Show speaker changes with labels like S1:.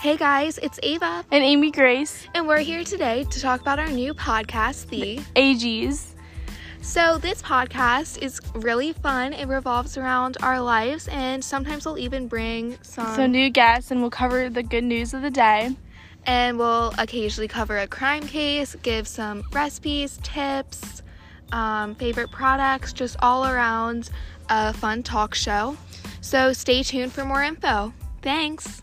S1: Hey guys, it's Ava,
S2: And Amy Grace,
S1: and we're here today to talk about our new podcast, The.
S2: AGs.
S1: So, this podcast is really fun. It revolves around our lives, and sometimes we'll even bring some,
S2: So new guests, and we'll cover the good news of the day.
S1: and we'll occasionally cover a crime case, give some recipes, tips, um, favorite products, just all around a fun talk show. So, stay tuned for more info. Thanks.